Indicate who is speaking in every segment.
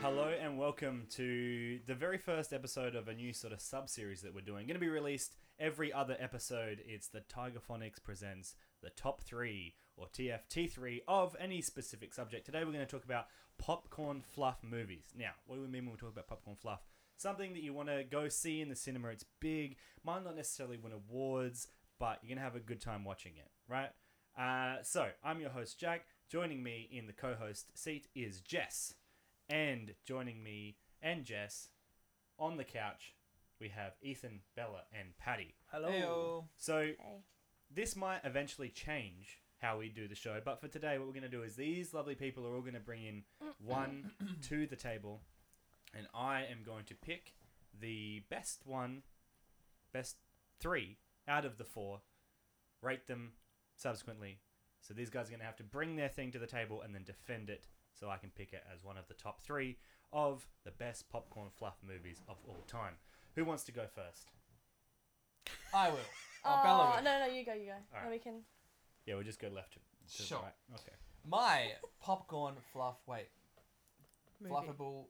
Speaker 1: Hello and welcome to the very first episode of a new sort of sub series that we're doing. Going to be released every other episode. It's the Tiger Phonics presents the top three or TFT3 of any specific subject. Today we're going to talk about popcorn fluff movies. Now, what do we mean when we talk about popcorn fluff? Something that you want to go see in the cinema. It's big. Might not necessarily win awards, but you're going to have a good time watching it, right? Uh, so I'm your host Jack. Joining me in the co-host seat is Jess. And joining me and Jess on the couch, we have Ethan, Bella, and Patty.
Speaker 2: Hello.
Speaker 1: So
Speaker 3: Hey.
Speaker 1: this might eventually change how we do the show, but for today, what we're going to do is these lovely people are all going to bring in one to the table, and I am going to pick the best one, best three out of the four, rate them subsequently. So these guys are going to have to bring their thing to the table and then defend it so I can pick it as one of the top three of the best popcorn fluff movies of all time. Who wants to go first?
Speaker 2: I will. Oh, Bella will.
Speaker 3: no, no, you go, you go.
Speaker 1: right.
Speaker 3: Then we can.
Speaker 1: Yeah, we'll just go left to, to
Speaker 2: Sure.
Speaker 1: right. Okay.
Speaker 2: My popcorn fluff. Wait. Fluffable.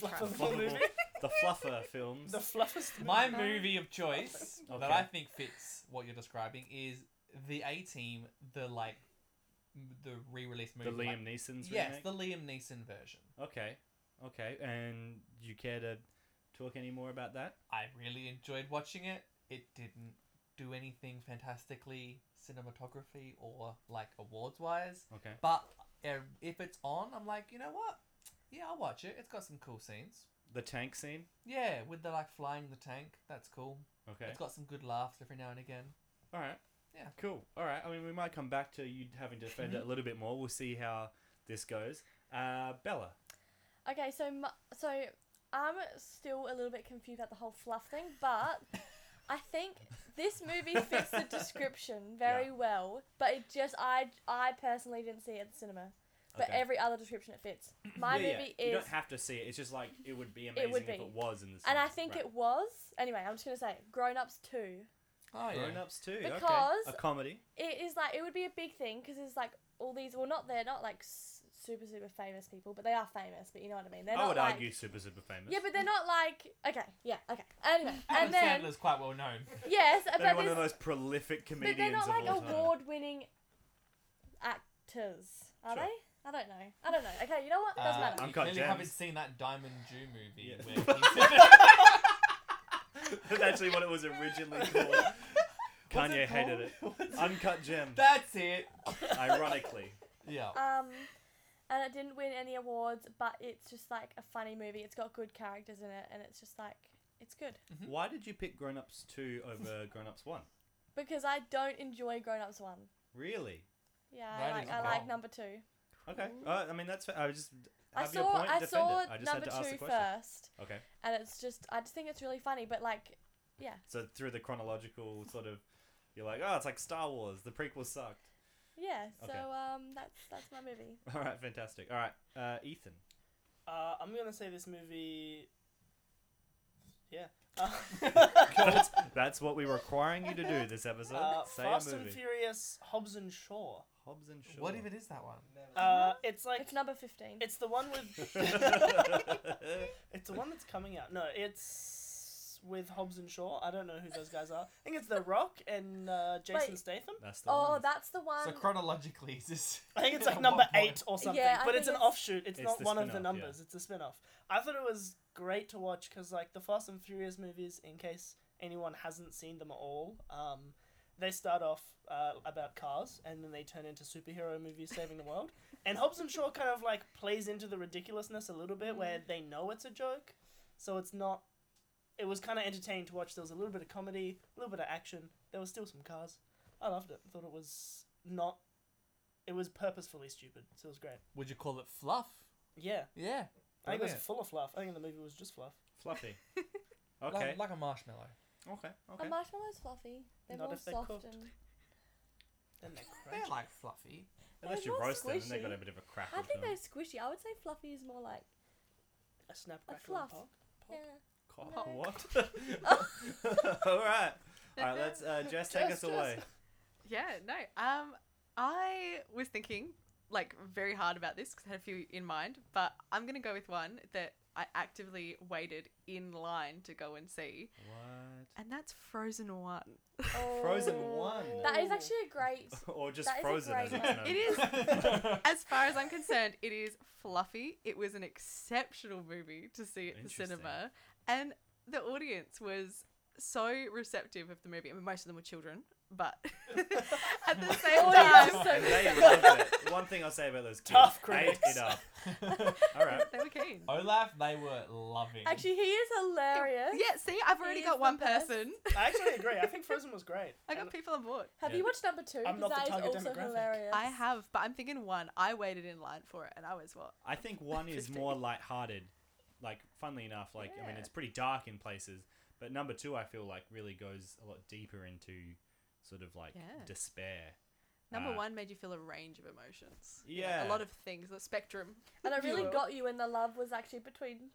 Speaker 1: Fluffable- the Fluffer films.
Speaker 4: The fluffest.
Speaker 2: My movie of choice that
Speaker 1: Okay.
Speaker 2: I think fits what you're describing is the A Team, the like, m- the re-release
Speaker 1: the
Speaker 2: movie.
Speaker 1: Liam
Speaker 2: like,
Speaker 1: Neeson's
Speaker 2: yes,
Speaker 1: yes,
Speaker 2: the Liam Neeson version.
Speaker 1: Okay, okay. And you care to talk any more about that?
Speaker 2: I really enjoyed watching it. It didn't do anything fantastically cinematography or like awards wise.
Speaker 1: Okay.
Speaker 2: But uh, if it's on, I'm like, you know what? Yeah, I'll watch it. It's got some cool scenes.
Speaker 1: The tank scene.
Speaker 2: Yeah, with the like flying the tank, that's cool.
Speaker 1: Okay.
Speaker 2: It's got some good laughs every now and again.
Speaker 1: All right.
Speaker 2: Yeah.
Speaker 1: Cool. All right. I mean, we might come back to you having to defend it a little bit more. We'll see how this goes. Uh, Bella.
Speaker 3: Okay, so mu- so I'm still a little bit confused about the whole fluff thing, but I think this movie fits the description very
Speaker 1: Yeah.
Speaker 3: well. But it just I I personally didn't see it at the cinema, but
Speaker 1: Okay.
Speaker 3: every other description it fits. My
Speaker 1: Yeah, yeah.
Speaker 3: movie
Speaker 1: You
Speaker 3: is,
Speaker 1: don't have to see it. It's just like it would be amazing
Speaker 3: would
Speaker 1: if
Speaker 3: be.
Speaker 1: it was in the.
Speaker 3: and
Speaker 1: cinema.
Speaker 3: I think
Speaker 1: Right.
Speaker 3: it was anyway. I'm just gonna say Grown Ups Two.
Speaker 2: Oh yeah.
Speaker 1: Grown ups too.
Speaker 3: Because-
Speaker 1: okay. a comedy.
Speaker 3: It is like it would be a big thing because it's like all these. Well, not they're not like s- super super famous people, but they are famous. But you know what I mean. They're
Speaker 1: I
Speaker 3: not
Speaker 1: would
Speaker 3: like,
Speaker 1: argue super super famous.
Speaker 3: Yeah, but they're not like okay, yeah, okay. Anyway,
Speaker 2: Adam
Speaker 3: and then
Speaker 2: Sandler's quite well known.
Speaker 3: yes, but,
Speaker 1: They're one of the
Speaker 3: there's-
Speaker 1: most prolific
Speaker 3: but
Speaker 1: comedians
Speaker 3: they're not like
Speaker 1: of all time.
Speaker 3: award-winning actors, are
Speaker 1: Sure.
Speaker 3: they? I don't know. I don't know. Okay, you know what? It doesn't
Speaker 2: Uh,
Speaker 3: matter.
Speaker 1: I'm-
Speaker 2: you
Speaker 1: Uncut
Speaker 2: clearly
Speaker 1: Gems.
Speaker 2: haven't seen that Diamond Jew movie
Speaker 1: Yeah.
Speaker 2: where he's-
Speaker 1: That's actually what it was originally called.
Speaker 2: What's
Speaker 1: Kanye hated it. Um,
Speaker 2: called? What's-
Speaker 1: Uncut gem.
Speaker 2: That's it.
Speaker 1: Ironically.
Speaker 2: Yeah.
Speaker 3: Um, and it didn't win any awards, but it's just like a funny movie. It's got good characters in it, and it's just like it's good
Speaker 1: Why did you pick Grown Ups 2 over Grown Ups 1?
Speaker 3: because I don't enjoy Grown Ups one.
Speaker 1: Really?
Speaker 3: Yeah,
Speaker 2: That
Speaker 3: I like
Speaker 2: is
Speaker 3: I like
Speaker 2: wrong.
Speaker 3: number two.
Speaker 1: Okay. Uh, I mean, that's. fa- I was just.
Speaker 3: I
Speaker 1: Have your
Speaker 3: saw
Speaker 1: point,
Speaker 3: I
Speaker 1: defend
Speaker 3: saw
Speaker 1: it. I just had
Speaker 3: number
Speaker 1: to ask the
Speaker 3: two
Speaker 1: question.
Speaker 3: first,
Speaker 1: Okay.
Speaker 3: and it's just I just think it's really funny, but like
Speaker 1: So, through the chronological sort of. You're like, oh, it's like Star Wars. The prequel sucked.
Speaker 3: yeah. So
Speaker 1: Okay.
Speaker 3: um, that's that's my movie.
Speaker 1: All right, fantastic. All right, uh, Ethan.
Speaker 4: Uh, I'm gonna say this movie. Yeah.
Speaker 1: that's, that's what we're requiring you to do this episode.
Speaker 4: Uh,
Speaker 1: Say
Speaker 4: Fast
Speaker 1: a
Speaker 4: and
Speaker 1: movie.
Speaker 4: Furious, Hobbs and Shaw.
Speaker 1: Hobbs and Shaw.
Speaker 2: What even is that one?
Speaker 4: Uh, it's like
Speaker 3: It's number 15.
Speaker 4: it's the one with it's the one that's coming out. No, it's with Hobbs and Shaw. I don't know who those guys are. I think it's The Rock and uh, Jason
Speaker 3: Wait.
Speaker 4: Statham.
Speaker 1: That's the
Speaker 3: oh,
Speaker 1: one.
Speaker 3: that's the one.
Speaker 2: So chronologically, is this?
Speaker 4: I think it's like
Speaker 2: At
Speaker 4: number
Speaker 2: what point?
Speaker 4: eight or something.
Speaker 3: Yeah, I
Speaker 4: but it's an
Speaker 3: think it's-
Speaker 4: offshoot. It's,
Speaker 1: It's
Speaker 4: not
Speaker 1: the
Speaker 4: one of the
Speaker 1: spin-off, yeah.
Speaker 4: numbers. It's a spin off. I thought it was great to watch because, like, the Fast and Furious movies, in case anyone hasn't seen them at all, um, they start off uh, about cars and then they turn into superhero movies saving the world. And Hobbs and Shaw kind of, like, plays into the ridiculousness a little bit where
Speaker 1: Mm.
Speaker 4: they know it's a joke. So it's not. It was kind of entertaining to watch. There was a little bit of comedy, a little bit of action. There was still some cars. I loved it. I thought it was not. It was purposefully stupid, so it was great.
Speaker 2: Would you call it fluff?
Speaker 4: Yeah.
Speaker 2: Yeah.
Speaker 4: I think it was
Speaker 2: Brilliant.
Speaker 4: full of fluff. I think the movie was just fluff.
Speaker 1: Fluffy.
Speaker 2: Like-
Speaker 1: Okay.
Speaker 2: Like, a marshmallow.
Speaker 1: Okay.
Speaker 3: A
Speaker 1: Okay.
Speaker 3: marshmallow's fluffy. They're
Speaker 4: Not
Speaker 3: more
Speaker 4: if they're
Speaker 3: soft
Speaker 4: cooked.
Speaker 3: and.
Speaker 4: Then they crunched.
Speaker 2: They're like fluffy.
Speaker 1: Unless
Speaker 3: They're
Speaker 1: you
Speaker 3: more
Speaker 1: roast them, then they
Speaker 3: squishy.
Speaker 1: got a bit of a crack.
Speaker 3: I
Speaker 1: with
Speaker 3: think
Speaker 1: them.
Speaker 3: they're squishy. I would say fluffy is more like
Speaker 4: a snap
Speaker 3: A
Speaker 4: crackle and
Speaker 3: fluff.
Speaker 4: pop.
Speaker 3: Yeah.
Speaker 1: Cock.
Speaker 3: No.
Speaker 1: What? All right. All right, let's uh, Jess take
Speaker 4: Jess,
Speaker 1: us away.
Speaker 5: Yeah, no. Um, I was thinking like very hard about this because I had a few in mind, but I'm gonna go with one that I actively waited in line to go and see,
Speaker 1: What?
Speaker 5: and that's Frozen One.
Speaker 1: Frozen
Speaker 3: Oh.
Speaker 1: one.
Speaker 3: That is actually a great.
Speaker 1: Or just
Speaker 3: That is a
Speaker 1: frozen as it's
Speaker 3: great
Speaker 1: known.
Speaker 5: one. It is. As far as I'm concerned, it is fluffy. It was an exceptional movie to see at the
Speaker 1: Interesting.
Speaker 5: cinema, and the audience was so receptive of the movie. I mean, most of them were children, but at the same
Speaker 3: Audience.
Speaker 5: time,
Speaker 1: And they loved it. One thing I'll say about those kids,
Speaker 4: Tough
Speaker 1: ate
Speaker 4: critics.
Speaker 1: it up. All right.
Speaker 5: they were keen.
Speaker 2: Olaf, they were loving.
Speaker 3: Actually, he is hilarious.
Speaker 5: Yeah, see, I've already
Speaker 3: He is
Speaker 5: got
Speaker 3: the
Speaker 5: one
Speaker 3: best.
Speaker 5: person.
Speaker 4: I actually agree. I think Frozen was great.
Speaker 5: I got
Speaker 4: And
Speaker 5: people on board.
Speaker 3: Have
Speaker 1: Yeah.
Speaker 3: you watched number two?
Speaker 4: I'm not
Speaker 3: Because
Speaker 4: the
Speaker 3: that is
Speaker 4: target
Speaker 3: also
Speaker 4: demographic.
Speaker 3: hilarious.
Speaker 5: I have, but I'm thinking one. I waited in line for it, and I was what?
Speaker 1: I think one is
Speaker 5: 50.
Speaker 1: more lighthearted. Like, funnily enough, like I mean,
Speaker 5: Yeah.
Speaker 1: it's pretty dark in places, but number two, I feel like really goes a lot deeper into sort of like
Speaker 5: Yeah.
Speaker 1: despair.
Speaker 5: Number
Speaker 1: Uh,
Speaker 5: one made you feel a range of emotions. Like,
Speaker 1: Yeah.
Speaker 5: a lot of things. The spectrum.
Speaker 3: And I
Speaker 5: if you
Speaker 3: really
Speaker 5: will.
Speaker 3: got you when the love was actually between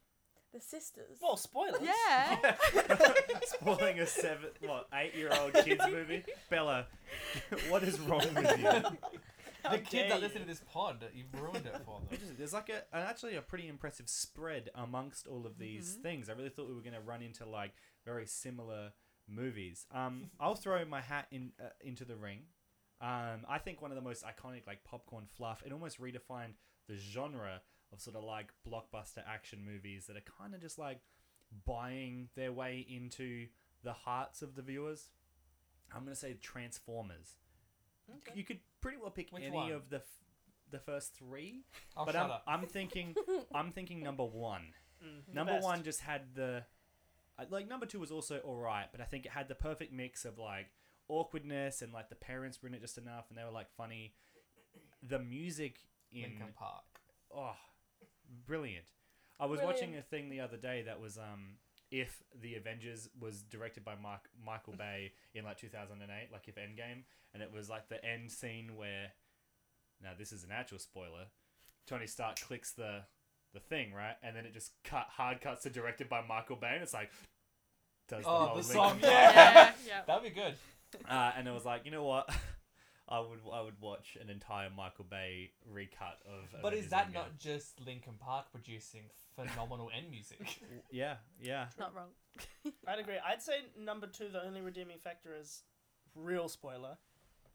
Speaker 3: the sisters.
Speaker 4: Well, spoilers.
Speaker 5: Yeah.
Speaker 1: Spoiling a seven, what eight-year-old kids movie, Bella. What is wrong with you?
Speaker 4: How
Speaker 2: the kids
Speaker 4: dare
Speaker 2: that
Speaker 4: you.
Speaker 2: listen to this pod, you've ruined it for them.
Speaker 1: Interesting. There's like a an, actually a pretty impressive spread amongst all of these things. I really thought we were going to run into like very similar movies. Um, I'll throw my hat in uh, into the ring. Um, I think one of the most iconic like popcorn fluff. It almost redefined the genre of sort of like blockbuster action movies that are kind of just like buying their way into the hearts of the viewers. I'm gonna say Transformers.
Speaker 4: Okay.
Speaker 1: You could pretty well pick
Speaker 2: Which
Speaker 1: any
Speaker 2: one?
Speaker 1: of the f- the first three
Speaker 2: I'll
Speaker 1: but
Speaker 2: Oh, shut
Speaker 1: I'm,
Speaker 2: up.
Speaker 1: I'm thinking I'm thinking number one.
Speaker 4: Mm, the
Speaker 1: Number
Speaker 4: best.
Speaker 1: one just had the I- like number two was also all right, but I think it had the perfect mix of like awkwardness and like the parents were in it just enough, and they were like funny. The music in
Speaker 2: Lincoln Park.
Speaker 1: oh, brilliant! I was watching a thing the other day that was um if the Avengers was directed by Mark Michael Bay in like 2008, like if Endgame, and it was like the end scene where now this is an actual spoiler. Tony Stark clicks the the thing right, and then it just cut hard cuts to directed by Michael Bay, and it's like does the,
Speaker 2: Oh,
Speaker 1: whole
Speaker 2: the
Speaker 1: Linkin
Speaker 2: song,
Speaker 1: Park-
Speaker 2: yeah.
Speaker 5: yeah.
Speaker 2: That'd be good.
Speaker 1: uh, and it was like you know what. I would I would watch an entire Michael Bay recut of.
Speaker 2: But
Speaker 1: Avengers
Speaker 2: is that
Speaker 1: Endgame.
Speaker 2: not just Lincoln Park producing phenomenal end music?
Speaker 1: Yeah, yeah.
Speaker 5: Not wrong.
Speaker 4: I'd agree. I'd say number two, the only redeeming factor is real spoiler.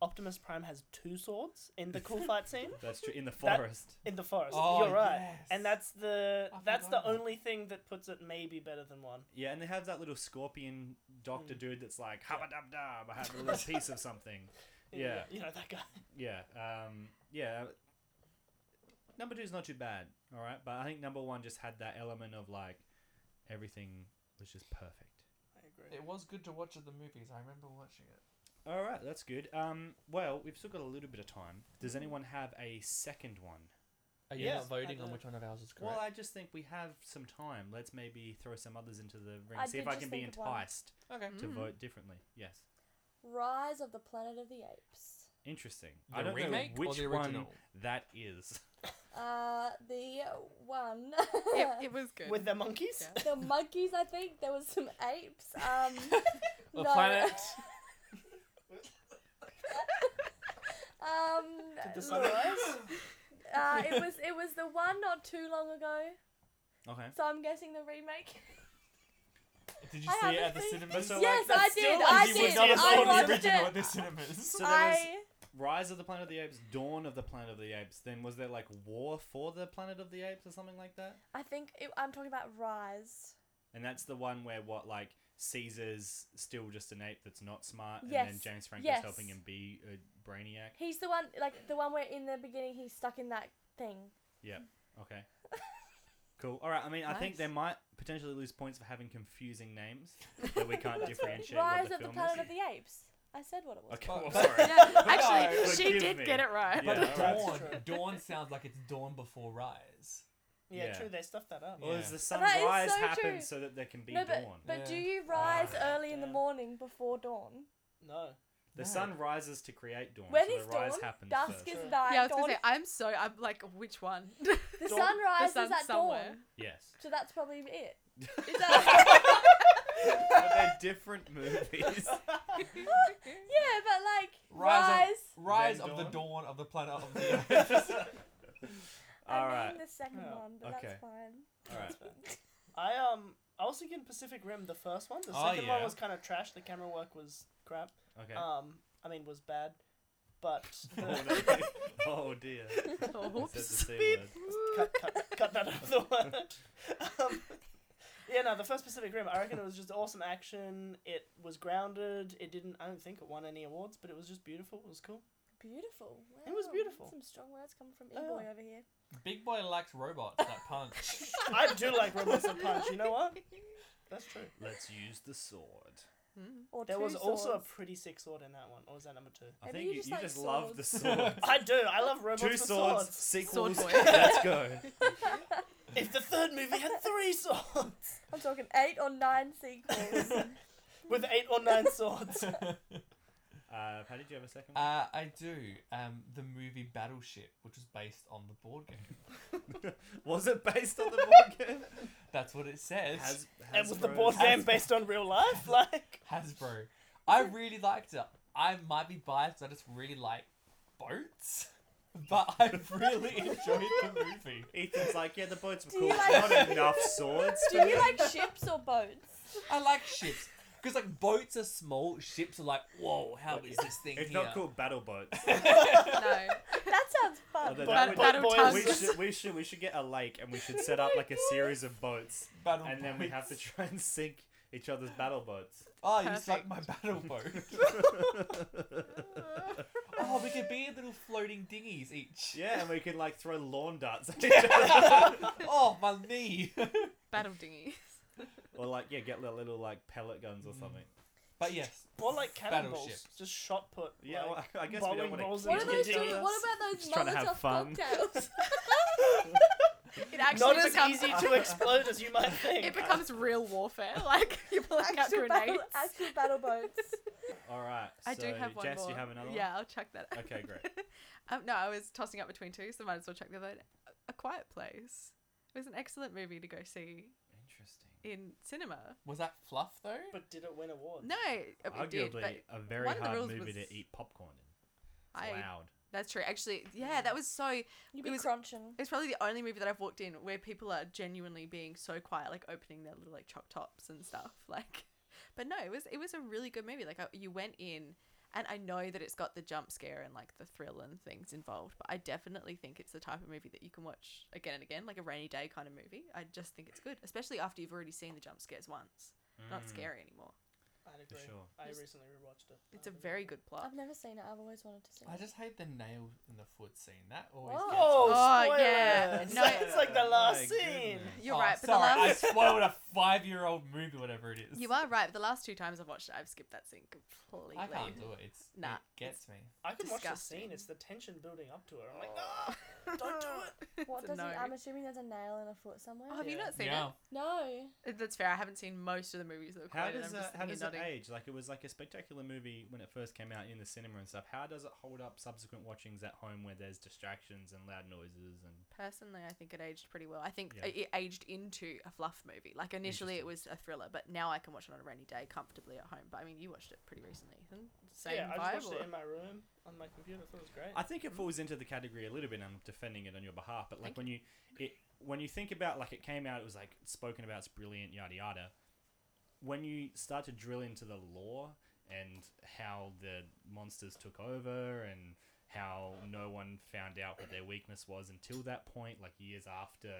Speaker 4: Optimus Prime has two swords in the cool fight scene
Speaker 1: That's true. In the
Speaker 4: That-
Speaker 1: forest.
Speaker 4: in the forest.
Speaker 2: Oh,
Speaker 4: You're right.
Speaker 2: yes.
Speaker 4: And that's the
Speaker 2: I
Speaker 4: that's the
Speaker 2: forgot about
Speaker 4: only thing that puts it maybe better than one.
Speaker 1: yeah, and they have that little scorpion doctor dude that's like, hubba dub dub, I have a little piece of something. Yeah,
Speaker 4: You know that guy.
Speaker 1: yeah, um, yeah. Number two's not too bad, all right, but I think number one just had that element of like everything was just perfect.
Speaker 4: I agree.
Speaker 2: It was good to watch at the movies. I remember watching it.
Speaker 1: All right, that's good. Um, well, we've still got a little bit of time. Does anyone have a second one?
Speaker 2: Are
Speaker 4: you
Speaker 2: you
Speaker 4: Yes,
Speaker 2: not voting
Speaker 4: I
Speaker 2: on
Speaker 4: do.
Speaker 2: which one of ours is correct?
Speaker 1: Well, I just think we have some time. Let's maybe throw some others into the ring.
Speaker 3: I
Speaker 1: See if
Speaker 3: did
Speaker 1: I
Speaker 3: just
Speaker 1: can be
Speaker 3: think of one.
Speaker 1: enticed
Speaker 2: okay.
Speaker 1: to
Speaker 5: Mm.
Speaker 1: vote differently. Yes.
Speaker 3: Rise of the Planet of the Apes.
Speaker 1: Interesting.
Speaker 2: The
Speaker 1: I don't
Speaker 2: remake
Speaker 1: know
Speaker 2: or
Speaker 1: which
Speaker 2: the
Speaker 1: one
Speaker 2: original?
Speaker 1: that is.
Speaker 3: Uh, the one.
Speaker 5: It, it was good.
Speaker 4: With the monkeys?
Speaker 5: Yeah.
Speaker 3: the monkeys, I think. There was some apes. Um,
Speaker 2: The
Speaker 3: no.
Speaker 2: planet.
Speaker 3: um,
Speaker 4: Did the
Speaker 3: look,
Speaker 4: sunrise?
Speaker 3: uh, it was it was the one not too long ago.
Speaker 1: Okay.
Speaker 3: So I'm guessing the remake.
Speaker 2: Did you
Speaker 3: I
Speaker 2: see it at the
Speaker 3: honestly-
Speaker 2: cinema?
Speaker 1: So, like,
Speaker 3: yes, I
Speaker 4: that's
Speaker 3: did.
Speaker 4: still
Speaker 3: I
Speaker 4: like-
Speaker 2: you were
Speaker 3: did.
Speaker 2: not
Speaker 4: have
Speaker 3: I
Speaker 2: saw
Speaker 4: seen
Speaker 2: the
Speaker 3: watched
Speaker 2: original
Speaker 3: it.
Speaker 2: at the cinemas.
Speaker 1: So there was
Speaker 3: I
Speaker 1: Rise of the Planet of the Apes, Dawn of the Planet of the Apes. Then was there like War for the Planet of the Apes or something like that?
Speaker 3: I think it, I'm talking about Rise.
Speaker 1: And that's the one where what like Caesar's still just an ape that's not smart, and then
Speaker 3: Yes.
Speaker 1: James Franco's
Speaker 3: Yes.
Speaker 1: helping him be a brainiac.
Speaker 3: He's the one, like the one where in the beginning he's stuck in that thing.
Speaker 1: Okay. Cool. All right. I mean, I think
Speaker 5: Nice.
Speaker 1: they might potentially lose points for having confusing names that we can't differentiate what
Speaker 3: Rise
Speaker 1: the
Speaker 3: of the
Speaker 1: film
Speaker 3: Planet
Speaker 1: is.
Speaker 3: of the Apes. I said what it was.
Speaker 1: Okay. Well,
Speaker 2: But-
Speaker 1: sorry.
Speaker 5: yeah.
Speaker 2: No,
Speaker 5: Actually, she
Speaker 1: forgive
Speaker 5: did
Speaker 1: me.
Speaker 5: get it right.
Speaker 1: Yeah,
Speaker 2: but
Speaker 1: alright.
Speaker 2: dawn,
Speaker 4: That's
Speaker 2: dawn sounds like it's dawn before rise.
Speaker 4: Yeah,
Speaker 1: Yeah.
Speaker 4: true. They stuffed that up.
Speaker 1: Well, is
Speaker 2: Yeah.
Speaker 1: the
Speaker 3: That is
Speaker 1: sunrise
Speaker 3: so true.
Speaker 1: happens so that there can be
Speaker 3: No,
Speaker 1: dawn?
Speaker 3: but, but do
Speaker 2: Yeah.
Speaker 3: you rise
Speaker 2: Ah,
Speaker 3: early in the
Speaker 4: damn.
Speaker 3: morning before dawn?
Speaker 4: No.
Speaker 1: The
Speaker 2: No.
Speaker 1: sun rises to create dawn.
Speaker 3: When
Speaker 1: so
Speaker 3: is
Speaker 1: the rise
Speaker 3: dawn?
Speaker 1: happens
Speaker 3: Dusk
Speaker 1: first.
Speaker 3: is
Speaker 4: Sure.
Speaker 3: night.
Speaker 5: yeah, I was
Speaker 3: dawn
Speaker 5: gonna say I'm so I'm like which one? the
Speaker 3: The
Speaker 1: Dawn-
Speaker 3: sun rises
Speaker 5: sun's
Speaker 3: at
Speaker 5: somewhere.
Speaker 3: dawn.
Speaker 1: Yes.
Speaker 3: So that's probably it.
Speaker 1: but
Speaker 3: Is that-
Speaker 1: they're different movies.
Speaker 3: yeah, but like
Speaker 2: Rise
Speaker 3: rise.
Speaker 2: of- Rise
Speaker 1: Then
Speaker 2: of the
Speaker 1: dawn.
Speaker 2: dawn of the planet
Speaker 4: Oh,
Speaker 2: of the earth.
Speaker 3: I
Speaker 1: All
Speaker 3: mean
Speaker 1: right.
Speaker 3: the second
Speaker 4: Yeah.
Speaker 3: one, but
Speaker 1: Okay.
Speaker 3: that's fine.
Speaker 1: All right.
Speaker 4: I um I was thinking Pacific Rim, the first one. The
Speaker 2: Oh,
Speaker 4: second one
Speaker 2: yeah.
Speaker 4: was kind of trash. The camera work was crap.
Speaker 1: Okay.
Speaker 4: Um, I mean was bad, but
Speaker 1: Oh,
Speaker 4: the-
Speaker 1: no. oh dear. I said the
Speaker 5: Oops.
Speaker 1: C
Speaker 4: Beep.
Speaker 1: word.
Speaker 4: cut, cut, cut that out of the word. Um, yeah, no, the first Pacific Rim, I reckon it was just awesome action. It was grounded. It didn't, I don't think it won any awards, but it was just beautiful. It was cool.
Speaker 3: Beautiful. Wow.
Speaker 4: It was beautiful. Oh.
Speaker 3: Some strong words coming from
Speaker 4: Yeah.
Speaker 3: E-boy over here.
Speaker 2: Big boy likes robots that punch.
Speaker 4: I do like robots that punch. You know what? That's true.
Speaker 1: Let's use the sword.
Speaker 3: Or
Speaker 4: There
Speaker 3: two
Speaker 4: was also a
Speaker 3: swords.
Speaker 4: pretty sick sword in that one, or was that number two?
Speaker 1: I
Speaker 3: Maybe
Speaker 1: think
Speaker 3: you
Speaker 1: you,
Speaker 3: just
Speaker 1: you
Speaker 3: like
Speaker 1: just love the swords.
Speaker 2: swords.
Speaker 4: I do. I love robots
Speaker 1: Two
Speaker 4: with
Speaker 1: swords,
Speaker 4: swords.
Speaker 1: sequels.
Speaker 5: Sword boy.
Speaker 1: Let's go.
Speaker 4: If the third movie had three swords
Speaker 3: I'm talking eight or nine sequels.
Speaker 4: with eight or nine swords,
Speaker 1: Uh, Patty, do you have a second?
Speaker 2: Uh, I do. Um, the movie Battleship, which was based on the board game.
Speaker 1: one?
Speaker 4: Um,
Speaker 1: Was it based on the board game?
Speaker 2: That's what it says.
Speaker 1: Has,
Speaker 4: and was the
Speaker 1: Hasbro-
Speaker 4: board game
Speaker 2: Hasbro.
Speaker 4: based on real life? Like,
Speaker 2: Hasbro. I really liked it. I might be biased. I just really like boats, but I really enjoyed the movie.
Speaker 1: Ethan's like, yeah, the boats were
Speaker 3: Do
Speaker 1: cool.
Speaker 3: you
Speaker 1: but
Speaker 3: like-
Speaker 1: Not enough swords.
Speaker 3: Do you like ships or boats?
Speaker 2: I like ships because like boats are small. Ships are like, whoa, how is this thing
Speaker 1: It's
Speaker 2: here?
Speaker 1: not called battle boats.
Speaker 5: No.
Speaker 3: That sounds
Speaker 1: Oh,
Speaker 3: fun.
Speaker 1: that-
Speaker 4: But-
Speaker 1: that would-
Speaker 4: but
Speaker 5: Battle
Speaker 4: boys-
Speaker 1: we
Speaker 5: tongues.
Speaker 1: should we should we should get a lake and we should set up like a series of boats
Speaker 4: Oh,
Speaker 2: Battle
Speaker 1: and then we
Speaker 2: boats.
Speaker 1: have to try and sink each other's battle boats.
Speaker 2: Oh, you
Speaker 5: Perfect.
Speaker 2: suck my battle boat. oh, we could be in little floating dinghies each.
Speaker 1: yeah, and we can like throw lawn darts at each other.
Speaker 2: oh, my knee.
Speaker 5: Battle dinghy.
Speaker 1: or like yeah, get little, little like pellet guns or
Speaker 4: Mm.
Speaker 1: something.
Speaker 2: but yes,
Speaker 4: or like cannonballs,
Speaker 2: Battleship.
Speaker 4: just shot put.
Speaker 1: Yeah,
Speaker 4: like,
Speaker 1: well, I- I guess we
Speaker 4: bowling
Speaker 1: don't want
Speaker 4: balls
Speaker 1: to.
Speaker 3: what are
Speaker 4: into
Speaker 3: those?
Speaker 4: each
Speaker 3: Doing?
Speaker 4: other.
Speaker 3: What about those
Speaker 1: Just trying to have
Speaker 3: Molotov
Speaker 1: fun.
Speaker 3: cocktails?
Speaker 5: It actually
Speaker 4: Not as
Speaker 5: becomes
Speaker 4: easy to explode as you might think.
Speaker 5: it becomes real warfare. Like you're pulling out
Speaker 3: actual,
Speaker 5: grenades.
Speaker 3: battle, actual battle boats.
Speaker 1: All right.
Speaker 5: I
Speaker 1: so,
Speaker 5: do have one
Speaker 1: Jess,
Speaker 5: more.
Speaker 1: you have another
Speaker 5: Yeah, I'll chuck that. out.
Speaker 1: Okay, great.
Speaker 5: um, no, I was tossing up between two, so might as well chuck the other. one. A Quiet Place. It was an excellent movie to go see
Speaker 1: one. Interesting.
Speaker 5: in cinema.
Speaker 2: was that fluff though?
Speaker 4: But did it win awards?
Speaker 5: No, it it did,
Speaker 1: Arguably
Speaker 5: but
Speaker 1: a very
Speaker 5: one of the
Speaker 1: hard
Speaker 5: rules
Speaker 1: movie
Speaker 5: was-
Speaker 1: to eat popcorn in. It's
Speaker 5: I,
Speaker 1: loud.
Speaker 5: that's true. Actually, yeah, that was so.
Speaker 3: You
Speaker 5: It
Speaker 3: be
Speaker 5: was-
Speaker 3: crunching.
Speaker 5: It's probably the only movie that I've walked in where people are genuinely being so quiet, like opening their little like chop tops and stuff. Like, but no, it was it was a really good movie. Like, I, you went in, and I know that it's got the jump scare and like the thrill and things involved, but I definitely think it's the type of movie that you can watch again and again, like a rainy day kind of movie. I just think it's good, especially after you've already seen the jump scares once. Not
Speaker 1: Mm,
Speaker 5: scary anymore.
Speaker 4: I'd
Speaker 1: For
Speaker 4: agree.
Speaker 1: sure.
Speaker 4: I
Speaker 5: It's-
Speaker 4: recently rewatched it.
Speaker 5: It's a
Speaker 4: Um,
Speaker 5: very good plot.
Speaker 3: I've never seen it. I've always wanted to see
Speaker 2: I
Speaker 3: it.
Speaker 2: just hate the nail in the foot scene. That always.
Speaker 3: Oh.
Speaker 2: gets
Speaker 4: Oh,
Speaker 2: me.
Speaker 5: Oh, yeah.
Speaker 4: spoilers.
Speaker 5: No,
Speaker 4: it's like the
Speaker 1: my
Speaker 4: last scene.
Speaker 1: goodness.
Speaker 5: You're
Speaker 2: Oh,
Speaker 5: right, but
Speaker 2: sorry,
Speaker 5: the last
Speaker 2: I spoiled a five-year-old movie, whatever it is.
Speaker 5: you are right. But the last two times I've watched it, I've skipped that scene completely.
Speaker 2: I can't do it. It's
Speaker 5: Nah,
Speaker 2: it gets me.
Speaker 4: I can watch the
Speaker 5: Disgusting.
Speaker 4: scene. It's the tension building up to it. I'm like,
Speaker 1: Oh.
Speaker 4: ah, don't do it.
Speaker 3: What
Speaker 5: It's a
Speaker 3: does
Speaker 5: no.
Speaker 3: it, I'm assuming there's a nail in a foot somewhere.
Speaker 5: Oh, have you
Speaker 4: Yeah.
Speaker 5: not seen
Speaker 2: yeah.
Speaker 5: it?
Speaker 3: no.
Speaker 5: Uh, That's fair. I haven't seen most of the movies that were
Speaker 1: How
Speaker 5: created.
Speaker 1: does
Speaker 5: I'm
Speaker 1: that,
Speaker 5: just
Speaker 1: how
Speaker 5: thinking
Speaker 1: does it
Speaker 5: nodding.
Speaker 1: age? Like it was like a spectacular movie when it first came out in the cinema and stuff. How does it hold up subsequent watchings at home where there's distractions and loud noises and
Speaker 5: Personally, I think it aged pretty well. I think
Speaker 1: Yeah.
Speaker 5: it it aged into a fluff movie. Like initially, it was a thriller, but now I can watch it on a rainy day comfortably at home. But I mean, you watched it pretty recently. Ethan. Same
Speaker 4: yeah, I
Speaker 5: vibe.
Speaker 4: just watched
Speaker 5: or-
Speaker 4: it in my room on my computer. I thought it was great.
Speaker 1: I think it falls into the category a little bit. and I'm defending it on your behalf, but like
Speaker 5: Thank
Speaker 1: when you it when you think about like it came out, it was like spoken about, it's brilliant, yada yada. When you start to drill into the lore and how the monsters took over and how no one found out what their weakness was until that point, like years after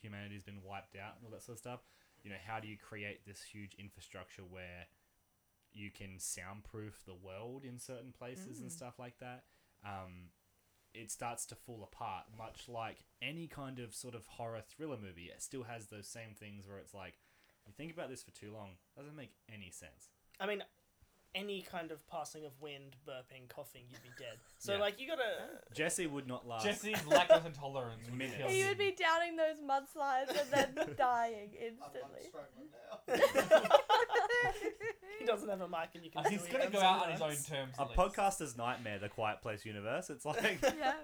Speaker 1: humanity's been wiped out and all that sort of stuff. You know, how do you create this huge infrastructure where you can soundproof the world in certain places and stuff like that. Um, it starts to fall apart, much like any kind of sort of horror thriller movie. It still has those same things where it's like, you think about this for too long, doesn't make any sense.
Speaker 4: I mean, any kind of passing of wind, burping, coughing, you'd be dead. So
Speaker 1: Yeah.
Speaker 4: like, you gotta.
Speaker 1: Jesse would not last.
Speaker 2: Jesse's lactose intolerance would
Speaker 1: Minutes.
Speaker 2: kill
Speaker 1: Yes.
Speaker 3: He
Speaker 2: me.
Speaker 3: would be downing those mudslides and then dying instantly.
Speaker 4: He doesn't have a mic, and you can.
Speaker 2: Uh, He's
Speaker 4: still
Speaker 2: gonna
Speaker 4: hear
Speaker 2: go
Speaker 4: him
Speaker 2: out on his own
Speaker 4: sometimes.
Speaker 2: terms.
Speaker 1: A
Speaker 2: at least.
Speaker 1: podcaster's nightmare, the Quiet Place universe. It's like
Speaker 5: yeah.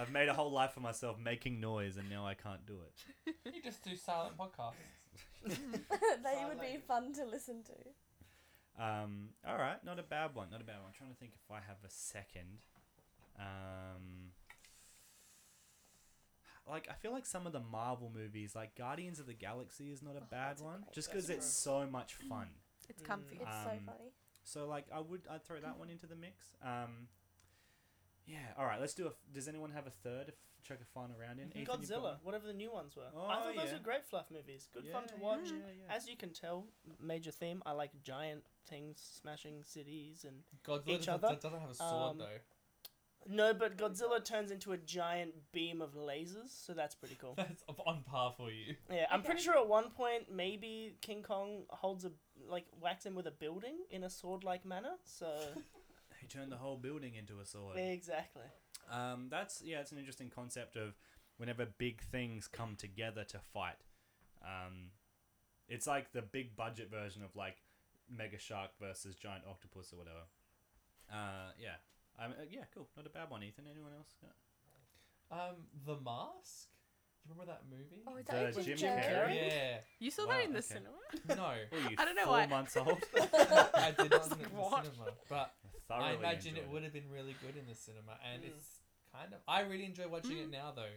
Speaker 1: I've made a whole life for myself making noise, and now I can't do it.
Speaker 2: You just do silent podcasts.
Speaker 3: they would be
Speaker 4: Silent.
Speaker 3: fun to listen to.
Speaker 1: Um, all right, not a bad one. Not a bad one. I'm trying to think if I have a second. Um, like I feel like some of the Marvel movies, like Guardians of the Galaxy, is not a
Speaker 3: Oh,
Speaker 1: bad
Speaker 3: that's a
Speaker 1: one,
Speaker 3: great
Speaker 1: just
Speaker 4: choice.
Speaker 1: because it's so much fun.
Speaker 5: It's
Speaker 4: Mm.
Speaker 5: comfy.
Speaker 3: It's so
Speaker 1: Um,
Speaker 3: funny.
Speaker 1: So like I would I'd throw that one into the mix. Um, yeah. All right. Let's do a. Does anyone have a third? If chuck a final round in. Ethan, you've got
Speaker 4: Godzilla,
Speaker 1: one?
Speaker 4: whatever the new ones were.
Speaker 1: Oh,
Speaker 4: I thought those
Speaker 1: yeah.
Speaker 4: were great fluff movies. Good fun to
Speaker 1: Yeah,
Speaker 4: watch.
Speaker 1: yeah, yeah.
Speaker 4: As you can tell, major theme. I like giant things smashing cities and
Speaker 2: Godzilla
Speaker 4: Each
Speaker 2: doesn't,
Speaker 4: other?
Speaker 2: doesn't have a sword
Speaker 4: Um,
Speaker 2: though.
Speaker 4: no, but Godzilla turns into a giant beam of lasers, so that's pretty cool.
Speaker 2: That's up on par for you.
Speaker 4: Yeah, I'm pretty
Speaker 3: Okay.
Speaker 4: sure at one point maybe King Kong holds a like whacks him with a building in a sword-like manner. So
Speaker 1: He turned the whole building into a sword.
Speaker 4: exactly.
Speaker 1: Um, that's yeah, it's an interesting concept of whenever big things come together to fight. Um, it's like the big budget version of like Mega Shark versus Giant Octopus or whatever. Uh, yeah. Um, uh, yeah, cool. Not a bad one, Ethan. Anyone else? Yeah.
Speaker 2: Um, The Mask. Do you remember that movie?
Speaker 3: Oh, is
Speaker 1: the
Speaker 3: that with
Speaker 1: Jim
Speaker 3: Jim
Speaker 1: Carrey?
Speaker 3: Carrey?
Speaker 2: Yeah.
Speaker 5: You saw
Speaker 1: Wow,
Speaker 5: that in the
Speaker 1: okay.
Speaker 5: cinema?
Speaker 2: No,
Speaker 1: Were you
Speaker 5: I don't know
Speaker 1: four
Speaker 5: why.
Speaker 1: months old.
Speaker 2: I did not see it in the
Speaker 5: what?
Speaker 2: cinema, but
Speaker 1: Thoroughly
Speaker 2: I imagine
Speaker 1: enjoyed
Speaker 2: it would have been really good in the cinema, and
Speaker 4: Mm.
Speaker 2: it's kind of. I really enjoy watching
Speaker 5: Mm.
Speaker 2: it now, though.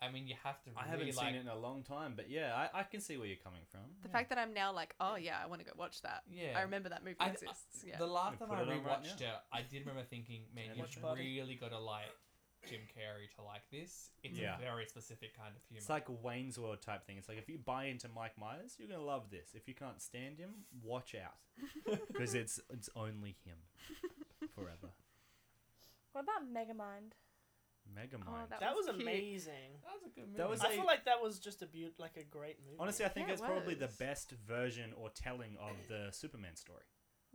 Speaker 2: I mean, you have to.
Speaker 1: I
Speaker 2: really
Speaker 1: haven't seen
Speaker 2: like,
Speaker 1: it in a long time, but yeah, I, I can see where you're coming from.
Speaker 5: The
Speaker 1: yeah.
Speaker 5: fact that I'm now like, oh yeah, I want to go watch that.
Speaker 2: Yeah.
Speaker 5: I remember that movie
Speaker 2: I- I-
Speaker 5: exists. yeah.
Speaker 2: The last
Speaker 1: We
Speaker 2: time
Speaker 1: put
Speaker 2: I
Speaker 1: it on right
Speaker 2: rewatched it, I did remember thinking, man,
Speaker 1: Yeah,
Speaker 2: you've
Speaker 4: Watch party.
Speaker 2: really got to like Jim Carrey to like this. It's
Speaker 1: Yeah.
Speaker 2: a very specific kind of humor.
Speaker 1: It's like a Wayne's World type thing. It's like if you buy into Mike Myers, you're gonna love this. If you can't stand him, watch out, because it's it's only him forever.
Speaker 3: What about Megamind?
Speaker 1: Megamind.
Speaker 5: Oh, that-
Speaker 4: That,
Speaker 5: was
Speaker 4: was,
Speaker 5: cute.
Speaker 4: amazing.
Speaker 2: that was a good movie.
Speaker 1: That was
Speaker 4: I
Speaker 1: a-
Speaker 4: feel like that was just a beaut, like a great movie.
Speaker 1: Honestly, I think
Speaker 5: Yeah, it
Speaker 1: it's probably the
Speaker 5: was.
Speaker 1: best version or telling of the Superman story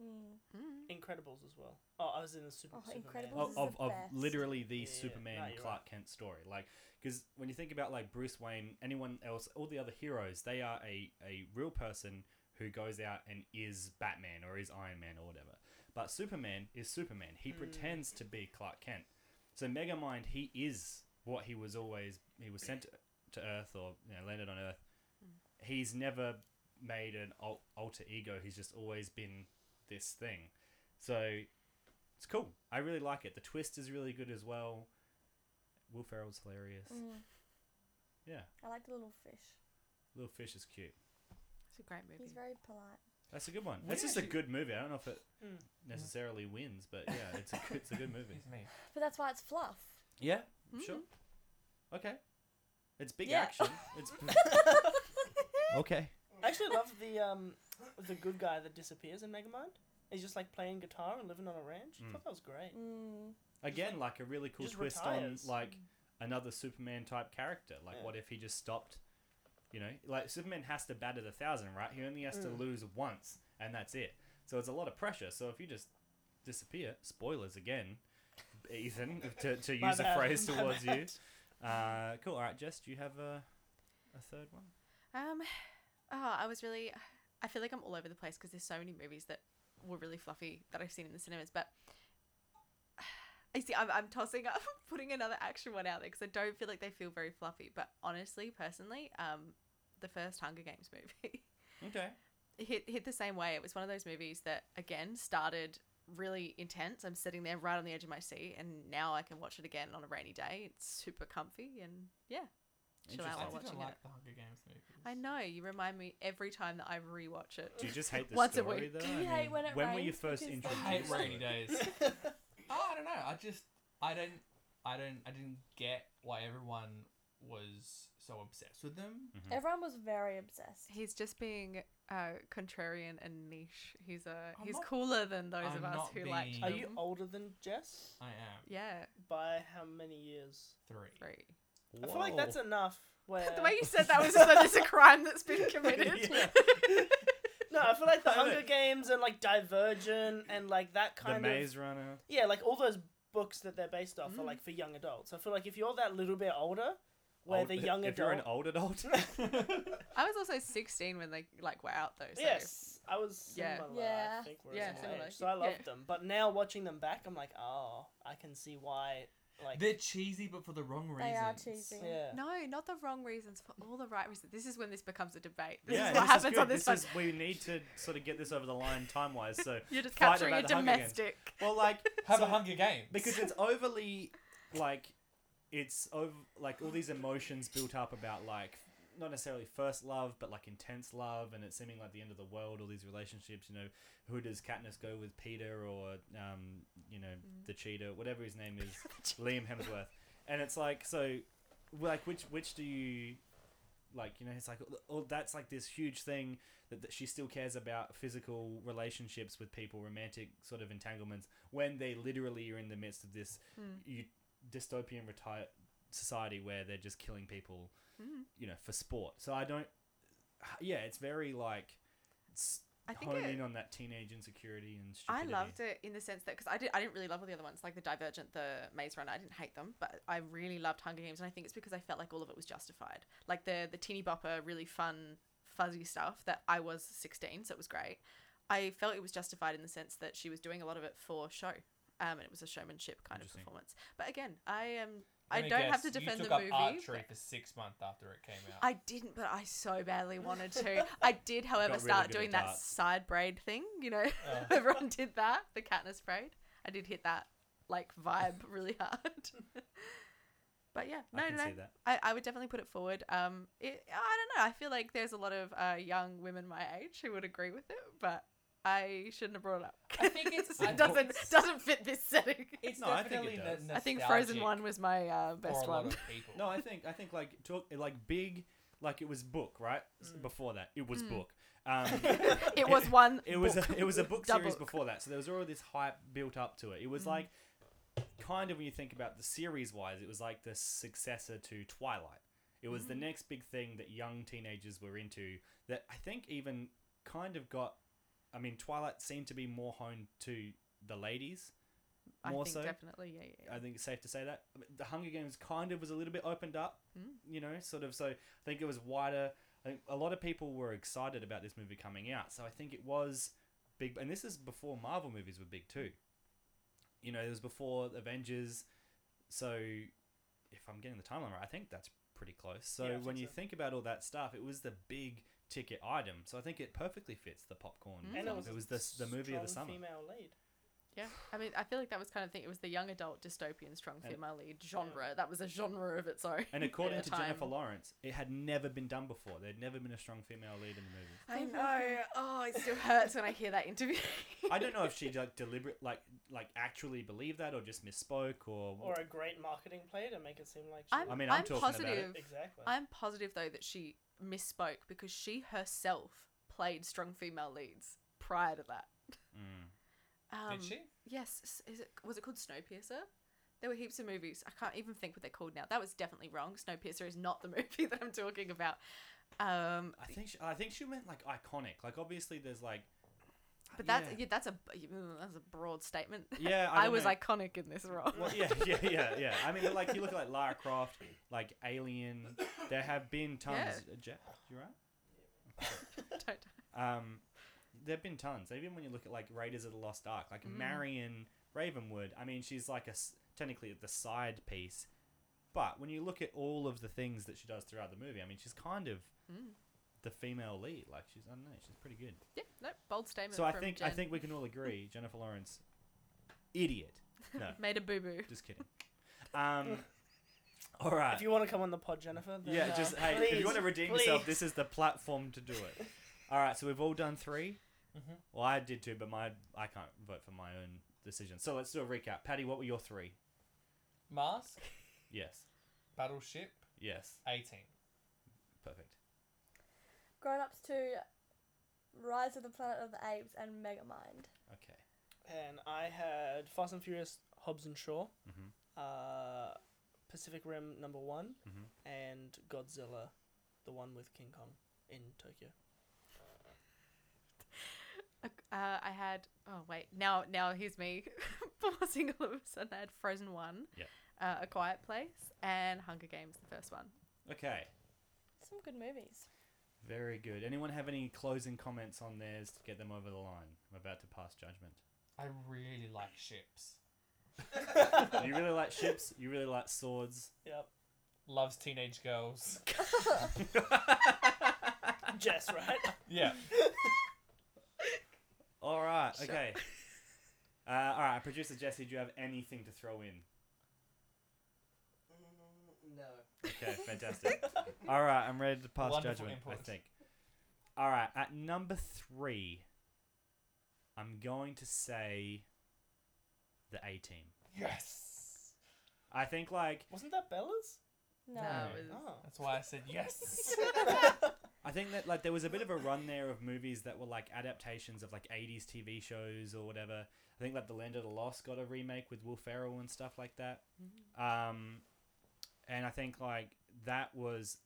Speaker 3: Mm.
Speaker 5: Mm.
Speaker 4: Incredibles as well. Oh, I was in the Super.
Speaker 3: Oh,
Speaker 4: Superman.
Speaker 3: Incredibles
Speaker 1: of,
Speaker 3: is
Speaker 1: of,
Speaker 3: the
Speaker 1: of
Speaker 3: best.
Speaker 1: literally the
Speaker 4: Yeah, yeah, yeah.
Speaker 1: Superman
Speaker 4: No, you're
Speaker 1: Clark Kent story. Like, because when you think about like Bruce Wayne, anyone else, all the other heroes, they are a a real person who goes out and is Batman or is Iron Man or whatever. But Superman is Superman. He
Speaker 4: Mm.
Speaker 1: pretends to be Clark Kent. So Megamind, he is what he was always. He was sent to, to Earth or you know, landed on Earth. He's never made an al- alter ego. He's just always been this thing. So it's cool. I really like it. The twist is really good as well. Will Ferrell's hilarious.
Speaker 3: Mm.
Speaker 1: Yeah,
Speaker 3: I like the little fish.
Speaker 1: Little Fish is cute.
Speaker 5: It's a great movie.
Speaker 3: He's very polite.
Speaker 1: That's a good one.
Speaker 2: We
Speaker 1: It's just a
Speaker 2: actually-
Speaker 1: good movie. I don't know if it
Speaker 4: Mm.
Speaker 1: necessarily wins, but yeah, it's a good, it's a good movie.
Speaker 2: Excuse me.
Speaker 3: But that's why it's fluff.
Speaker 1: Yeah,
Speaker 5: Mm.
Speaker 1: sure. Okay. It's big
Speaker 3: Yeah.
Speaker 1: action. It's okay.
Speaker 4: I actually love the um, the good guy that disappears in Megamind. He's just like playing guitar and living on a ranch.
Speaker 1: Mm.
Speaker 4: I thought that was great.
Speaker 3: Mm.
Speaker 1: Again, like a really cool
Speaker 4: just
Speaker 1: twist
Speaker 4: retires.
Speaker 1: on like another Superman type character. Like,
Speaker 4: Yeah.
Speaker 1: what if he just stopped? You know, like Superman has to bat at a thousand, right? He only has to
Speaker 4: Mm.
Speaker 1: lose once, and that's it. So it's a lot of pressure. So if you just disappear, spoilers again, Ethan, to, to
Speaker 4: My
Speaker 1: use a
Speaker 4: bad,
Speaker 1: phrase
Speaker 4: my
Speaker 1: towards you.
Speaker 4: bad.
Speaker 1: Uh, cool. All right, Jess, do you have a, a third one?
Speaker 5: Um, oh, I was really. I feel like I'm all over the place because there's so many movies that were really fluffy that I've seen in the cinemas. But I see, I'm, I'm tossing up putting another action one out there because I don't feel like they feel very fluffy. But honestly, personally, um, the first Hunger Games movie
Speaker 1: Okay.
Speaker 5: hit hit the same way. It was one of those movies that again started really intense. I'm sitting there right on the edge of my seat, and now I can watch it again on a rainy day. It's super comfy, and yeah, chill
Speaker 1: Interesting.
Speaker 5: out
Speaker 2: I
Speaker 5: while
Speaker 1: Start
Speaker 2: didn't
Speaker 5: watching
Speaker 2: like
Speaker 5: it.
Speaker 2: the Hunger Games movies.
Speaker 5: I know you remind me every time that I rewatch it.
Speaker 1: Do you just hate the
Speaker 5: Once a
Speaker 1: story
Speaker 5: week.
Speaker 1: though?
Speaker 3: Do
Speaker 1: I
Speaker 3: you hate
Speaker 1: mean,
Speaker 3: when it
Speaker 1: were you
Speaker 3: rains?
Speaker 1: first
Speaker 3: Because
Speaker 1: introduced?
Speaker 3: then
Speaker 2: I hate
Speaker 1: to
Speaker 2: rainy
Speaker 1: it?
Speaker 2: days. oh, I don't know. I just I don't I don't I didn't get why everyone was so obsessed with them.
Speaker 1: Mhm.
Speaker 3: Everyone was very obsessed.
Speaker 5: He's just being uh, contrarian and niche. He's a
Speaker 2: I'm
Speaker 5: he's
Speaker 2: not-
Speaker 5: cooler than those
Speaker 2: I'm
Speaker 5: of us
Speaker 2: not
Speaker 5: who like.
Speaker 2: being-
Speaker 4: Are
Speaker 1: Mm.
Speaker 4: you
Speaker 5: them.
Speaker 4: older than Jess
Speaker 2: I am
Speaker 5: Yeah,
Speaker 4: by how many years?
Speaker 2: three.
Speaker 5: three.
Speaker 4: I feel like that's
Speaker 1: Whoa.
Speaker 4: enough. Where
Speaker 5: the way you said that was as though there's a crime that's been committed.
Speaker 1: Yeah.
Speaker 4: no, I feel like the
Speaker 1: I know.
Speaker 4: Hunger Games and like Divergent and like that
Speaker 1: the
Speaker 4: kind of
Speaker 1: Maze Runner.
Speaker 4: yeah, like all those books that they're based off are
Speaker 5: Mm.
Speaker 4: like for young adults. I feel like if you're that little bit older, where
Speaker 1: Old-
Speaker 4: the young
Speaker 1: if
Speaker 4: adult,
Speaker 1: you're an old adult.
Speaker 5: I was also 16 when they like were out though. So
Speaker 4: yes, I was
Speaker 5: Yeah.
Speaker 4: similar.
Speaker 3: Yeah.
Speaker 4: I think we're
Speaker 5: Yeah,
Speaker 4: similar.
Speaker 5: similar.
Speaker 4: age, so I
Speaker 5: Yeah.
Speaker 4: loved them, but now watching them back, I'm like, oh, I can see why. Like,
Speaker 2: They're cheesy, but for the wrong reasons.
Speaker 3: They are cheesy.
Speaker 4: yeah,
Speaker 5: No, not the wrong reasons, for all the right reasons. This is when this becomes a debate. This
Speaker 1: yeah,
Speaker 5: is what
Speaker 1: this
Speaker 5: happens
Speaker 1: is good.
Speaker 5: on this,
Speaker 1: this
Speaker 5: one.
Speaker 1: is, We need to sort of get this over the line time wise. So,
Speaker 5: You're just
Speaker 1: fight
Speaker 5: capturing a
Speaker 1: about the Hunger Games.
Speaker 5: domestic.
Speaker 1: well, like
Speaker 2: Have
Speaker 1: so-
Speaker 2: a Hunger Games.
Speaker 1: because it's overly like it's over like all these emotions built up about like not necessarily first love but like intense love and it's seeming like the end of the world all these relationships you know who does Katniss go with Peter or um you know the cheetah whatever his name is Liam Hemsworth and it's like so like which which do you like you know it's like oh that's like this huge thing that, that she still cares about physical relationships with people romantic sort of entanglements when they literally are in the midst of this
Speaker 5: Hmm.
Speaker 1: u- dystopian retire society where they're just killing people
Speaker 5: Hmm.
Speaker 1: you know for sport so i don't yeah it's very like s
Speaker 5: I think
Speaker 1: hone
Speaker 5: it-
Speaker 1: in on that teenage insecurity and
Speaker 5: I
Speaker 1: stupidity.
Speaker 5: loved it in the sense that because I did I didn't really love all the other ones like the Divergent, the Maze Runner. I didn't hate them, but I really loved Hunger Games, and I think it's because I felt like all of it was justified. Like the the teeny bopper, really fun, fuzzy stuff that I was sixteen, so it was great. I felt it was justified in the sense that she was doing a lot of it for show, um, and it was a showmanship kind of
Speaker 1: Interesting.
Speaker 5: performance. But again, I am I
Speaker 2: Let me
Speaker 5: don't have to
Speaker 2: guess,
Speaker 5: defend
Speaker 2: you took
Speaker 5: the
Speaker 2: up
Speaker 5: movie.
Speaker 2: Archery
Speaker 5: but-
Speaker 2: for six months after it came out.
Speaker 5: I didn't, but I so badly wanted to. I did, however,
Speaker 1: really
Speaker 5: start
Speaker 1: good at
Speaker 5: doing that
Speaker 1: darts. Uh.
Speaker 5: side braid thing. You know,
Speaker 2: Oh.
Speaker 5: everyone did that, the Katniss braid. I did hit that like vibe really hard. but yeah,
Speaker 1: I
Speaker 5: no,
Speaker 1: can
Speaker 5: no,
Speaker 1: see
Speaker 5: no.
Speaker 1: that.
Speaker 5: I, I would definitely put it forward. Um, it, I don't know. I feel like there's a lot of uh, young women my age who would agree with it, but I shouldn't have brought it up.
Speaker 2: I think it's- I
Speaker 5: it doesn't
Speaker 2: put-
Speaker 5: doesn't fit this setting.
Speaker 2: it's
Speaker 1: No, I think it
Speaker 2: definitely no-
Speaker 1: does.
Speaker 5: I think Frozen
Speaker 2: nostalgic
Speaker 5: One was my uh,
Speaker 2: for
Speaker 5: best
Speaker 2: a lot
Speaker 5: one.
Speaker 2: of people.
Speaker 1: No, I think I think like talk like big like it was book right S-
Speaker 5: Hmm.
Speaker 1: before that it was book. Um,
Speaker 5: it was one.
Speaker 1: it was
Speaker 5: book.
Speaker 1: a, it was a book
Speaker 5: The
Speaker 1: series
Speaker 5: book.
Speaker 1: before that, so there was all this hype built up to it. It was
Speaker 5: Mm.
Speaker 1: like kind of when you think about the series wise, it was like the successor to Twilight. It was
Speaker 5: Mm.
Speaker 1: the next big thing that young teenagers were into. That I think even kind of got. I mean, Twilight seemed to be more honed to the ladies.
Speaker 5: I
Speaker 1: more
Speaker 5: think
Speaker 1: so. Uh,
Speaker 5: definitely. Yeah, yeah.
Speaker 1: I think it's safe to say that I mean, the Hunger Games kind of was a little bit opened up,
Speaker 4: Hmm.
Speaker 1: you know, sort of. So I think it was wider. I think a lot of people were excited about this movie coming out, so I think it was big. And this is before Marvel movies were big too. You know, it was before Avengers. So if I'm getting the timeline right, I think that's pretty close. So
Speaker 4: Yeah, I think
Speaker 1: when you
Speaker 4: so.
Speaker 1: think about all that stuff, it was the big ticket item. So I think it perfectly fits the popcorn.
Speaker 5: Mm.
Speaker 4: Hmm. and it
Speaker 1: film.
Speaker 4: was
Speaker 1: it was
Speaker 4: a
Speaker 1: the the movie of the
Speaker 4: strong
Speaker 1: summer.
Speaker 4: Female lead.
Speaker 5: Yeah, I mean, I feel like that was kind of thing. It was the young adult dystopian strong
Speaker 1: And-
Speaker 5: female lead genre. That was a genre of its own.
Speaker 1: And
Speaker 5: at
Speaker 1: according
Speaker 5: the
Speaker 1: to
Speaker 5: time.
Speaker 1: Jennifer Lawrence, it had never been done before. There'd never been a strong female lead in the movie.
Speaker 5: I know. Oh, it still hurts when I hear that interview.
Speaker 1: I don't know if she like deliberate, like like actually believed that, or just misspoke, or,
Speaker 4: Or a great marketing play to make it seem like she
Speaker 5: I'm,
Speaker 1: I mean, I'm
Speaker 5: I'm,
Speaker 1: talking about it.
Speaker 5: positive.
Speaker 4: exactly.
Speaker 5: I'm positive though that she misspoke because she herself played strong female leads prior to that.
Speaker 1: Mm.
Speaker 5: Um,
Speaker 2: Did she?
Speaker 5: Yes. s- Is it was it called Snowpiercer? There were heaps of movies. I can't even think what they're called now. That was definitely wrong. Snowpiercer is not the movie that I'm talking about. Um,
Speaker 1: I think she, I think she meant like iconic. Like obviously, there's like,
Speaker 5: but that's
Speaker 1: yeah,
Speaker 5: yeah, that's a that's a broad statement.
Speaker 1: Yeah, I
Speaker 5: I,
Speaker 1: don't
Speaker 5: was
Speaker 1: know.
Speaker 5: iconic in this role.
Speaker 1: Well, yeah, yeah, yeah, yeah. I mean, like you look at like Lara Croft, like Alien. There have been tons.
Speaker 5: Yeah.
Speaker 1: Uh, Jeff, you right?
Speaker 5: Don't-
Speaker 1: Um, there've been tons. Even when you look at like Raiders of the Lost Ark, like Marion Ravenwood. I mean, she's like a s- technically the side piece, but when you look at all of the things that she does throughout the movie, I mean, she's kind of the female lead. Like she's, I don't know, she's pretty good.
Speaker 5: yeah, no, bold statement.
Speaker 1: So I
Speaker 5: from
Speaker 1: think I
Speaker 5: Jen.
Speaker 1: think we can all agree Jennifer Lawrence, idiot. No,
Speaker 5: made a boo boo.
Speaker 1: just kidding. Um, all right.
Speaker 4: If you want to come on the pod, Jennifer, then,
Speaker 1: yeah,
Speaker 4: uh,
Speaker 1: just hey, if you want to
Speaker 4: please,
Speaker 1: redeem yourself,
Speaker 4: please.
Speaker 1: this is the platform to do it. All right, so we've all done 3
Speaker 4: Mm-hmm.
Speaker 1: Well, I did two, but my I can't vote for my own decision. So let's do a recap. Patty, what were your three?
Speaker 2: Mask,
Speaker 1: Yes,
Speaker 2: Battleship,
Speaker 1: yes,
Speaker 2: 18.
Speaker 1: perfect.
Speaker 3: Grown ups to Rise of the Planet of the Apes and Megamind.
Speaker 1: Okay,
Speaker 4: And I had Fast and Furious, Hobbs and Shaw,
Speaker 1: Mhm.
Speaker 4: uh, Pacific Rim number one,
Speaker 1: Mhm.
Speaker 4: and Godzilla, the one with King Kong in Tokyo.
Speaker 5: Uh, I had oh wait now now here's me pausing all of a sudden. I had Frozen One,
Speaker 1: Yep.
Speaker 5: uh, A Quiet Place, and Hunger Games, the first one.
Speaker 1: okay.
Speaker 3: Some good movies.
Speaker 1: Very good. Anyone have any closing comments on theirs to get them over the line? I'm about to pass judgment.
Speaker 2: I really like ships.
Speaker 1: you really like ships. You really like swords.
Speaker 4: Yep.
Speaker 2: Loves teenage girls.
Speaker 4: Jess, right?
Speaker 2: Yeah.
Speaker 1: All right.
Speaker 5: Sure.
Speaker 1: Okay. Uh, all right, producer Jesse, do you have anything to throw in?
Speaker 6: Mm, No.
Speaker 1: Okay, fantastic. All right, I'm ready to pass
Speaker 2: Wonderful
Speaker 1: judgment. I
Speaker 2: input.
Speaker 1: think. All right, at number three, I'm going to say the A team.
Speaker 2: Yes.
Speaker 1: I think like
Speaker 4: Wasn't that Bella's?
Speaker 3: No.
Speaker 5: That
Speaker 2: No.
Speaker 5: was-
Speaker 4: Oh.
Speaker 2: That's why I said yes.
Speaker 1: I think that like there was a bit of a run there of movies that were like adaptations of like 80s TV shows or whatever. I think like The Land of the Lost got a remake with Will Ferrell and stuff like that. Um, and I think like that was.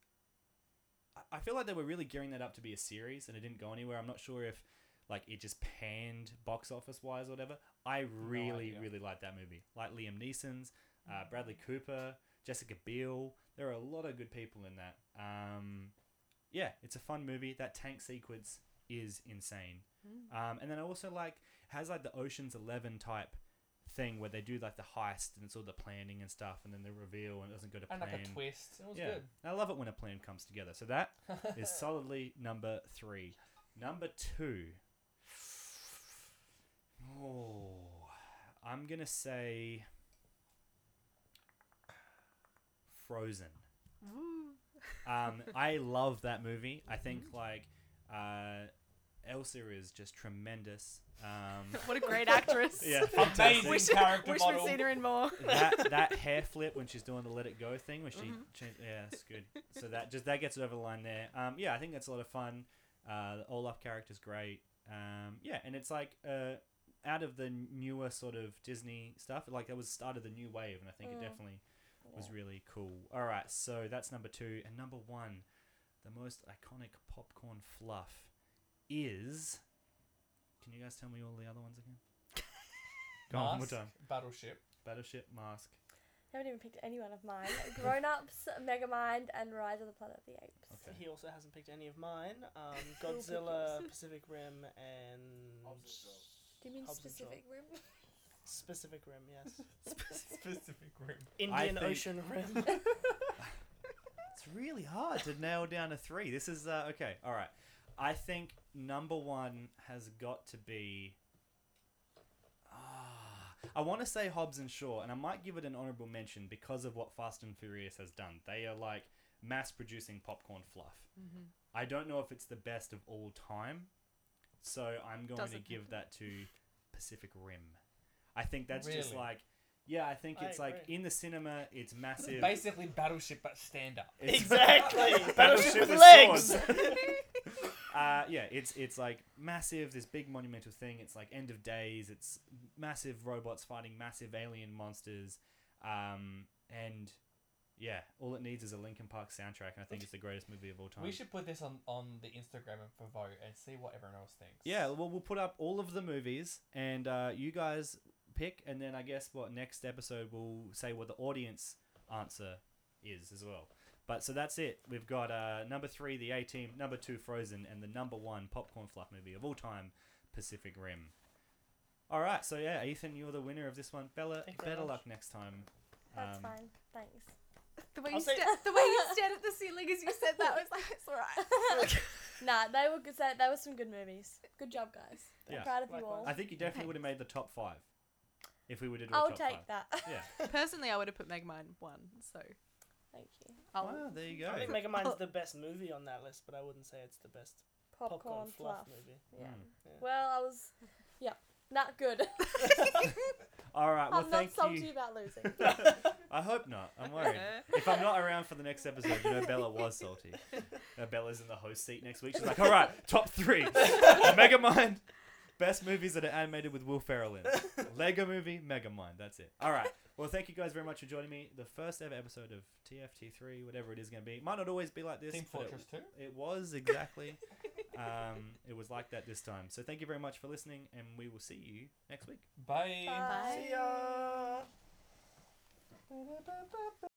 Speaker 1: I- I feel like they were really gearing that up to be a series, and it didn't go anywhere. I'm not sure if like it just panned box office wise or whatever. I really,
Speaker 2: idea.
Speaker 1: really liked that movie. Like Liam Neeson's, uh, Bradley Cooper, Jessica Biel. There are a lot of good people in that. Um, yeah, it's a fun movie. That tank sequence is insane. Um, and then I also like has like the Ocean's Eleven type thing where they do like the heist and it's all the planning and stuff, and then the reveal and it doesn't go to plan.
Speaker 2: and like a twist. It was
Speaker 1: yeah, And I love it when a plan comes together. So that
Speaker 2: good.
Speaker 1: is solidly number three. Number two. Oh, I'm gonna say Frozen.
Speaker 5: Woo.
Speaker 1: Um, I love that movie. I think like uh, Elsa is just tremendous. Um,
Speaker 5: What a great actress.
Speaker 1: yeah,
Speaker 2: Amazing
Speaker 1: fantastic.
Speaker 5: Wish,
Speaker 2: character
Speaker 5: wish
Speaker 2: model.
Speaker 5: we'd seen her in more.
Speaker 1: that that hair flip when she's doing the "Let It Go" thing, where she
Speaker 5: Mhm.
Speaker 1: changed, yeah, it's good. So that just that gets it over the line there. Um, yeah, I think that's a lot of fun. Uh, the Olaf character's great. Um, yeah, and it's like uh, out of the newer sort of Disney stuff, like that was the start of the new wave, and I think it
Speaker 3: Mm.
Speaker 1: definitely was really cool. All right, so that's number two, and number one, the most iconic popcorn fluff is. Can you guys tell me all the other ones again? Go on, one more
Speaker 2: Mask,
Speaker 1: time.
Speaker 2: Battleship.
Speaker 1: Battleship, Mask.
Speaker 3: haven't even picked any one of mine. Grown Ups, Megamind, and Rise of the Planet of the Apes.
Speaker 1: Okay.
Speaker 4: He also hasn't picked any of mine. Um,
Speaker 3: You'll pick
Speaker 4: Godzilla,
Speaker 3: yours.
Speaker 4: Pacific Rim, and
Speaker 6: Hobbs and Shaw.
Speaker 3: Do you mean
Speaker 4: Hobbs and Shaw.
Speaker 3: specific room?
Speaker 4: Specific Rim, yes.
Speaker 2: Specific room.
Speaker 4: Indian
Speaker 1: think-
Speaker 4: Ocean Rim.
Speaker 1: It's really hard to nail down a three. This is uh, okay. All right. I think number one has got to be. Ah, I want to say Hobbs and Shaw, and I might give it an honorable mention because of what Fast and Furious has done. They are like mass producing popcorn fluff. I don't know if it's the best of all time, so I'm going
Speaker 5: Doesn't
Speaker 1: to give that to Pacific Rim. I think that's just
Speaker 2: Really?
Speaker 1: like, yeah, I think
Speaker 4: I
Speaker 1: it's like
Speaker 4: agree.
Speaker 1: in the cinema, it's massive.
Speaker 2: Basically, Battleship, but stand up.
Speaker 1: It's-
Speaker 4: exactly.
Speaker 1: Battleship
Speaker 4: Battleship
Speaker 1: with
Speaker 4: legs.
Speaker 1: uh, yeah, it's it's like massive, this big monumental thing. It's like end of days. It's massive robots fighting massive alien monsters, um, and yeah, all it needs is a Linkin Park soundtrack, and I think it's the greatest movie of all time.
Speaker 2: We should put this on, on the Instagram and for vote and see what everyone else thinks.
Speaker 1: Yeah, well, we'll put up all of the movies, and uh, you guys pick, and then I guess what next episode we'll say what the audience answer is as well. But so that's it. We've got uh, number three, The A Team, number two, Frozen, and the number one popcorn fluff movie of all time, Pacific Rim. All right, so yeah, Ethan, you're the winner of this one. Bella,
Speaker 4: Thank you very
Speaker 1: better
Speaker 4: much.
Speaker 1: luck next time.
Speaker 3: That's
Speaker 1: Um,
Speaker 3: fine. Thanks.
Speaker 5: The way
Speaker 4: I'll
Speaker 5: you
Speaker 4: say-
Speaker 5: sta- the way you stared at the ceiling as you said that was like it's alright.
Speaker 3: Nah, they were good. That that was some good movies. Good job, guys.
Speaker 1: Yeah.
Speaker 3: I'm proud of you
Speaker 4: Likewise.
Speaker 3: all.
Speaker 1: I think you definitely would have made the top five if we were to do a
Speaker 3: I'll
Speaker 1: top
Speaker 3: take
Speaker 1: five.
Speaker 3: that.
Speaker 1: Yeah.
Speaker 5: Personally, I would have put Megamind one, so
Speaker 3: Thank you.
Speaker 5: I'll
Speaker 1: Wow, there you go.
Speaker 4: I think Megamind's the best movie on that list, but I wouldn't say it's the best
Speaker 3: Popcorn, fluff.
Speaker 4: movie. Hmm.
Speaker 3: Yeah.
Speaker 1: Mm.
Speaker 4: Yeah.
Speaker 3: Well, I was. Yeah, not good.
Speaker 1: All right, Uh, well,
Speaker 3: I'm not
Speaker 1: thank
Speaker 3: salty
Speaker 1: you.
Speaker 3: about losing.
Speaker 1: I hope not. I'm worried. if I'm not around for the next episode, you know Bella was salty. Now Bella's in the host seat next week. She's like, all right, top three. Megamind. Best movies that are animated with Will Ferrell in. Lego movie, Megamind. That's it. All right. Well, thank you guys very much for joining me. The first ever episode of TFT3, whatever it is going to be. Might not always be like this.
Speaker 2: Team
Speaker 1: but it-
Speaker 2: Fortress 2.
Speaker 1: It was exactly. Um, it was like that this time. So thank you very much for listening, and we will see you next week.
Speaker 2: Bye.
Speaker 3: Bye.
Speaker 4: See ya.